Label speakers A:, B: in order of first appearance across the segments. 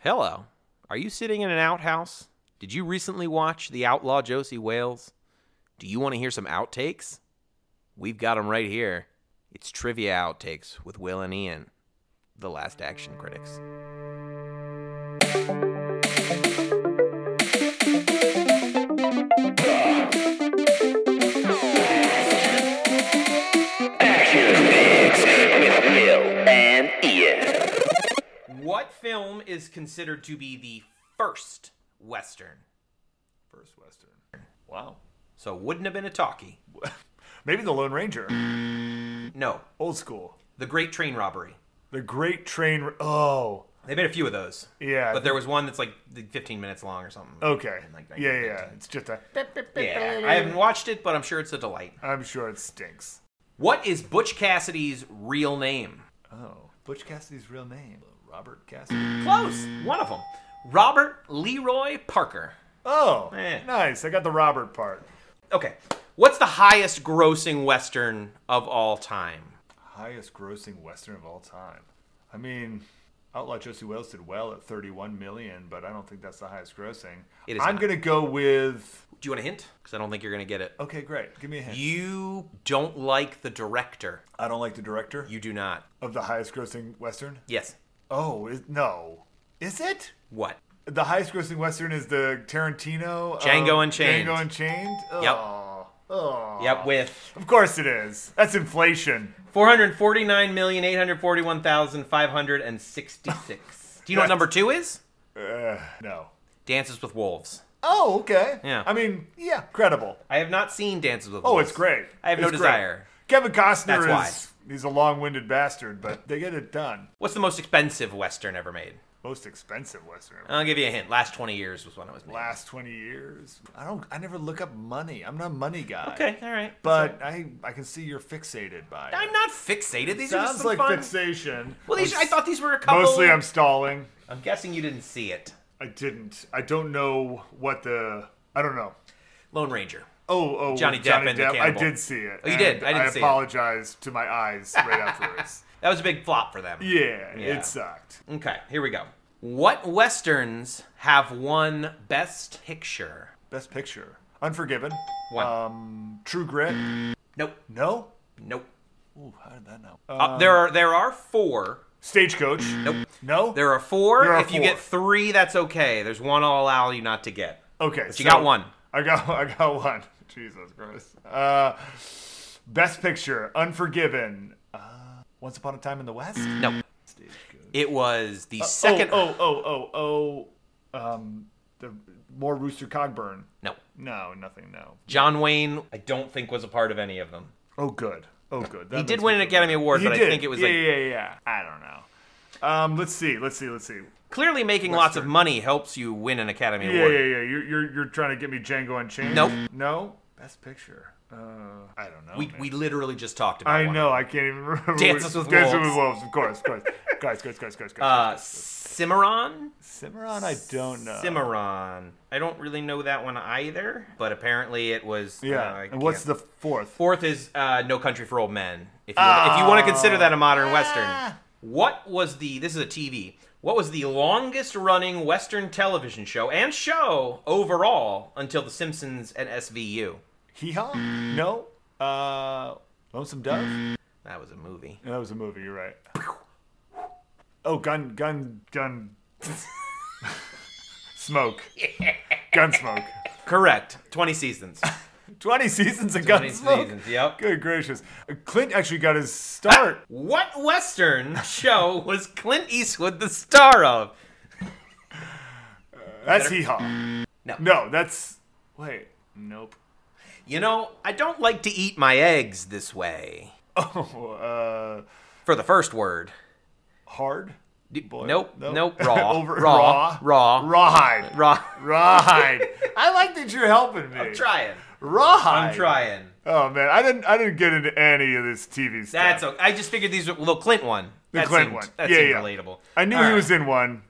A: Hello. Are you sitting in an outhouse? Did you recently watch The Outlaw Josie Wales? Do you want to hear some outtakes? We've got 'em right here. It's Trivia Outtakes with Will and Ian, the last action critics.
B: and Ian.
A: What film is considered to be the first Western?
C: First Western. Wow.
A: So, wouldn't have been a talkie.
C: Maybe the Lone Ranger.
A: No,
C: Old school.
A: The Great Train Robbery.
C: The Great Train. r- Oh,
A: They made a few of those.
C: Yeah.
A: But there was one that's like 15 minutes long or something.
C: okay.
A: In, like,
C: yeah, yeah,
A: 1915.
C: yeah. It's just a.
A: Yeah, I haven't watched it, but I'm sure it's a delight.
C: I'm sure it stinks.
A: What is Butch Cassidy's real name?
C: Oh, Butch Cassidy's real name, Robert Cassidy.
A: Close. One of them. Robert Leroy Parker.
C: Oh,
A: Eh.
C: nice. I got the Robert part.
A: Okay. What's the highest grossing Western of all time?
C: Highest grossing Western of all time. I mean, Outlaw Josie Wales did well at 31 million, but I don't think that's the highest grossing.
A: It is
C: I'm
A: not.
C: gonna go with.
A: Do you want a hint? Because I don't think you're going to get it.
C: Okay, great. Give me a hint.
A: You don't like the director.
C: I don't like the director
A: You do not.
C: of the highest grossing Western.
A: Yes.
C: Oh, is, no. Is it?
A: What?
C: The highest grossing Western is the Tarantino.
A: Django
C: um,
A: Unchained.
C: Django Unchained?
A: Yep.
C: Oh, oh.
A: Yep, with
C: Of course it is. That's inflation.
A: 449,841,566. Do you know what number two is?
C: Uh, no.
A: Dances with Wolves.
C: Oh, okay.
A: Yeah.
C: I mean, yeah, credible.
A: I have not seen Dances with
C: Oh,
A: Wolves.
C: it's great.
A: I have no
C: It's great.
A: desire.
C: Kevin
A: That's
C: Costner is.
A: why.
C: He's a long winded bastard, but they get it done.
A: What's the most expensive Western ever made?
C: Most expensive Western.
A: I'll give you a hint. Last 20 years was when it was made.
C: Last 20 years. I don't, I never look up money. I'm not a money guy.
A: Okay, all right.
C: But I, I can see you're fixated by it.
A: I'm not fixated. These are just
C: Sounds
A: some
C: like
A: fun.
C: fixation.
A: Well, these, I thought these were a couple.
C: Mostly I'm stalling.
A: I'm guessing you didn't see it.
C: I didn't. I don't know what the. I don't know.
A: Lone Ranger.
C: Oh, oh,
A: Johnny Depp and the
C: I
A: cannibal.
C: did see it.
A: Oh, you
C: and
A: did? I didn't see it.
C: apologize to my eyes right afterwards.
A: That was a big flop for them.
C: Yeah,
A: Yeah.
C: it sucked.
A: Okay, here we go. What westerns have won Best Picture?
C: Best picture: Unforgiven,
A: One.
C: um, True Grit.
A: nope.
C: No.
A: Nope.
C: Ooh, how did that know?
A: Uh, there are there are four.
C: Stagecoach.
A: Nope.
C: No.
A: There are four.
C: There are
A: if you
C: four. Oh.
A: get three, that's okay. There's one I'll allow you not to get.
C: Okay,
A: you got one.
C: I got I got one. Jesus Christ. Uh, best picture: Unforgiven. Uh, Once Upon a Time in the West.
A: Nope.
C: Stagecoach.
A: It was the second.
C: Oh, oh, oh, oh, oh. Um, the more Rooster Cogburn.
A: No.
C: No, nothing. No.
A: John Wayne, I don't think was a part of any of them.
C: Oh, good. Oh, good. That
A: He did
C: makes
A: win
C: me
A: an
C: feel
A: Academy
C: better.
A: Award,
C: He
A: but I
C: did.
A: think it was
C: yeah,
A: like
C: yeah, yeah. I don't know. Um, let's see. Let's see. Let's see.
A: clearly making lots of money helps you win an Academy
C: Yeah, yeah, yeah.
A: Award.
C: You're, you're you're trying to get me Django Unchained.
A: Nope.
C: No. Best picture. Uh, I don't know.
A: We,
C: man.
A: we literally just talked about.
C: I
A: one.
C: know. I can't even remember.
A: Dances with
C: Dances
A: Wolves.
C: with Wolves. Of course. Of course. guys. Guys. Guys. Guys. Guys.
A: Uh, Cimarron.
C: Cimarron. I don't know.
A: Cimarron. I don't really know that one either, but apparently it was.
C: Yeah.
A: uh, I
C: and what's
A: can't-
C: the fourth?
A: fourth? Is uh, No Country for Old Men. If you, wanna, if you want to consider
C: Ah.
A: that a modern western, what was the? This is a TV. What was the longest running western television show and show overall until The Simpsons and SVU?
C: Hee Haw? No. Uh, Lonesome Dove? No,
A: That was a movie.
C: that was a movie. You're right. Oh, gun, gun, gun. smoke. Gun smoke.
A: Correct. Twenty seasons.
C: 20 seasons of gun
A: 20
C: smoke.
A: seasons, yep.
C: Good gracious. Clint actually got his start.
A: What Western show was Clint Eastwood the star of?
C: That's Hee Haw.
A: No.
C: No, that's. Wait. Nope.
A: You know, I don't like to eat my eggs this way.
C: Oh, uh,
A: For the first word.
C: hard?
A: D-
C: Boiled?
A: Nope, nope, raw,
C: Over,
A: raw, raw,
C: raw. Rawhide.
A: Raw.
C: Rawhide. I like that you're helping me.
A: I'm trying.
C: Rawhide.
A: I'm trying.
C: Oh man, I didn't I didn't get into any of this TV stuff.
A: That's okay. I just figured these were well, the Clint one.
C: The
A: that
C: Clint
A: seemed,
C: one.
A: That
C: Yeah,
A: seemed
C: yeah.
A: relatable.
C: I knew
A: All
C: he
A: right.
C: was in one.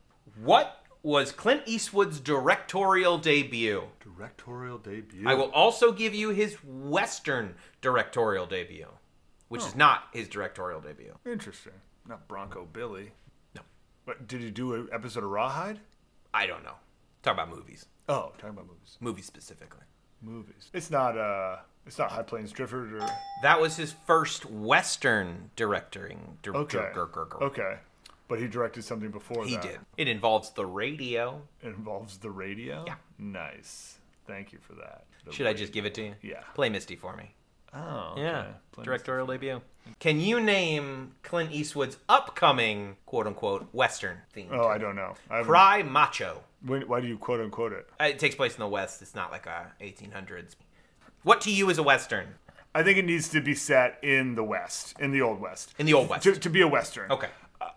A: What was Clint Eastwood's directorial debut?
C: Directorial debut.
A: I will also give you his Western directorial debut,
C: Oh.
A: which is not his directorial debut.
C: Interesting. Not Bronco Billy.
A: No.
C: But did he do an episode of Rawhide?
A: I don't know. Talk about movies,
C: Oh, talking about movies.
A: movies specifically.
C: Movies. It's not uh it's not High Plains Drifters or
A: That was his first Western directing. dir-
C: Okay.
A: dir- dir- dir- dir.
C: Okay. But he directed something before
A: He
C: that.
A: did. It involves the radio.
C: It involves the radio?
A: Yeah.
C: Nice. Thank you for that. The
A: Should I just give it to you?
C: Yeah.
A: Play Misty for me.
C: Oh.
A: Yeah.
C: okay. Play
A: Directorial debut. Can you name Clint Eastwood's upcoming quote unquote Western theme?
C: Oh, I don't know. I haven't-
A: Cry Macho.
C: When- why do you quote unquote it?
A: Uh, It takes place in the West. It's not like a 1800s. What to you is a Western
C: I think it needs to be set in the West, in the Old West.
A: in the Old West?
C: to, to be a Western.
A: Okay.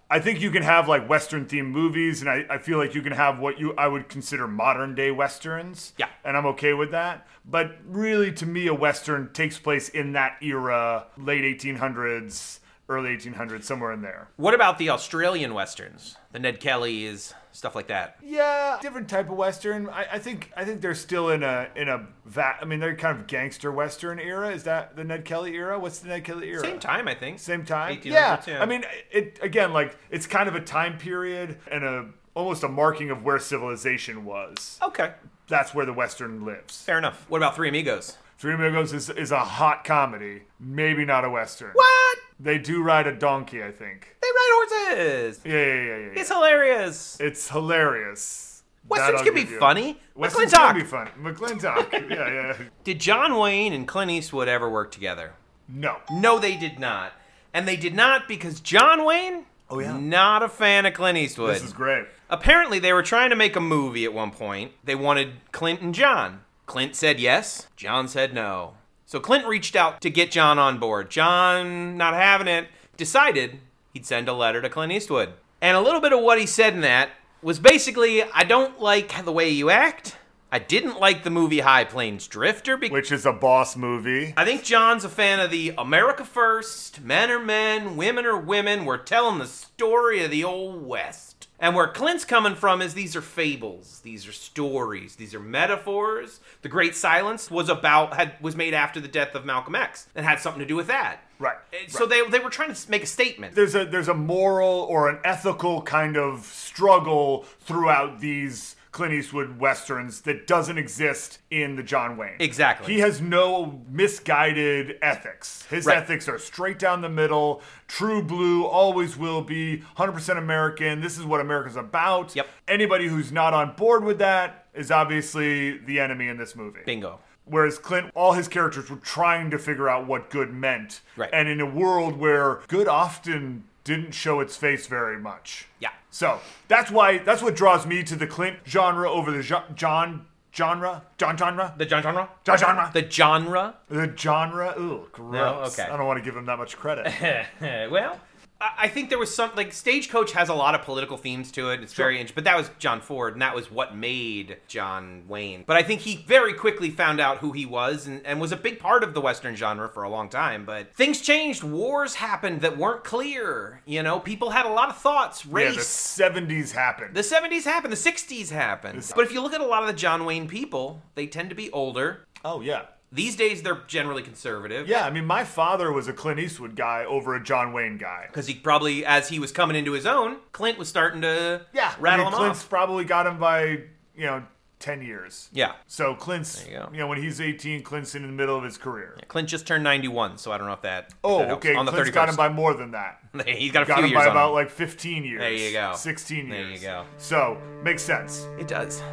C: I think you can have like Western themed movies, and I, I feel like you can have what you I would consider modern day Westerns.
A: Yeah.
C: And I'm okay with that. But really, to me, a Western takes place in that era, late 1800s, early 1800s, somewhere in there.
A: What about the Australian Westerns? The Ned Kellys, stuff like that.
C: Yeah, different type of Western. I, I think I think they're still in a in a va- I mean, they're kind of gangster Western era. Is that the Ned Kelly era? What's the Ned Kelly era?
A: Same time, I think.
C: Same time.
A: 1800s,
C: Yeah.
A: yeah.
C: I mean, it again, like it's kind of a time period and a almost a marking of where civilization was.
A: Okay.
C: That's where the Western lives.
A: Fair enough. What about Three Amigos?
C: Three Amigos is, is a hot comedy, maybe not a Western.
A: What?
C: They do ride a donkey, I think.
A: They ride horses.
C: Yeah, yeah, yeah, yeah. yeah.
A: It's hilarious.
C: It's hilarious.
A: Westerns
C: That
A: can
C: I'll
A: be
C: give you.
A: funny.
C: Westerns
A: McClintock.
C: can be fun. McClintock. yeah, yeah.
A: Did John Wayne and Clint Eastwood ever work together?
C: No.
A: No, they did not. And they did not because John Wayne,
C: Oh, yeah.
A: not a fan of Clint Eastwood.
C: This is great.
A: Apparently, they were trying to make a movie at one point. They wanted Clint and John. Clint said yes, John said no. So Clint reached out to get John on board. John, not having it, decided he'd send a letter to Clint Eastwood. And a little bit of what he said in that was basically I don't like the way you act. I didn't like the movie High Plains Drifter because.
C: Which is a boss movie.
A: I think John's a fan of the America First, men are men, women are women. We're telling the story of the old West. And where Clint's coming from is these are fables, these are stories, these are metaphors. The Great Silence was about had was made after the death of Malcolm X and had something to do with that.
C: Right,
A: And So they they were trying to s- make a statement.
C: there's a there's a moral or an ethical kind of struggle throughout these Clint Eastwood westerns that doesn't exist in the John Wayne.
A: Exactly.
C: He has no misguided ethics. His
A: Right.
C: ethics are straight down the middle, true blue, always will be, 100% American. This is what America's about.
A: Yep.
C: Anybody who's not on board with that is obviously the enemy in this movie.
A: Bingo.
C: Whereas Clint, all his characters were trying to figure out what good meant.
A: Right.
C: And in a world where good often didn't show its face very much.
A: Yeah.
C: So that's why that's what draws me to the Clint genre over the jo- John genre, John genre,
A: The John genre?
C: John genre, the,
A: The genre?
C: genre. Ooh, gross.
A: okay.
C: I don't want to give him that much credit.
A: well, I I think there was some like Stagecoach has a lot of political themes to it. It's very interesting, but that was John Ford, and that was what made John Wayne. But I think he very quickly found out who he was, and, and was a big part of the Western genre for a long time. But things changed, wars happened that weren't clear. You know, people had a lot of thoughts.
C: yeah, the
A: Race,
C: '70s happened.
A: the 70s happened, the 60s happened. But if you look at a lot of the John Wayne people, they tend to be older.
C: oh yeah.
A: These days, they're generally conservative.
C: Yeah, I mean, my father was a Clint Eastwood guy over a John Wayne guy.
A: Because he probably, as he was coming into his own, Clint was starting to
C: Yeah,
A: rattle
C: I mean,
A: him
C: Clint's
A: off.
C: probably got him by you know ten years.
A: Yeah.
C: So Clint's,
A: There
C: you,
A: you go.
C: know, when he's 18, Clint's in the middle of his career.
A: Clint just turned 91, so I don't know if that. if
C: Oh,
A: that helps.
C: okay.
A: On the
C: Clint's
A: 31st.
C: got him by more than that.
A: He's got a
C: Got
A: few
C: him
A: years
C: by
A: on
C: about
A: him.
C: like 15 years.
A: There you go.
C: 16
A: There you
C: years.
A: go.
C: So makes sense.
A: It does.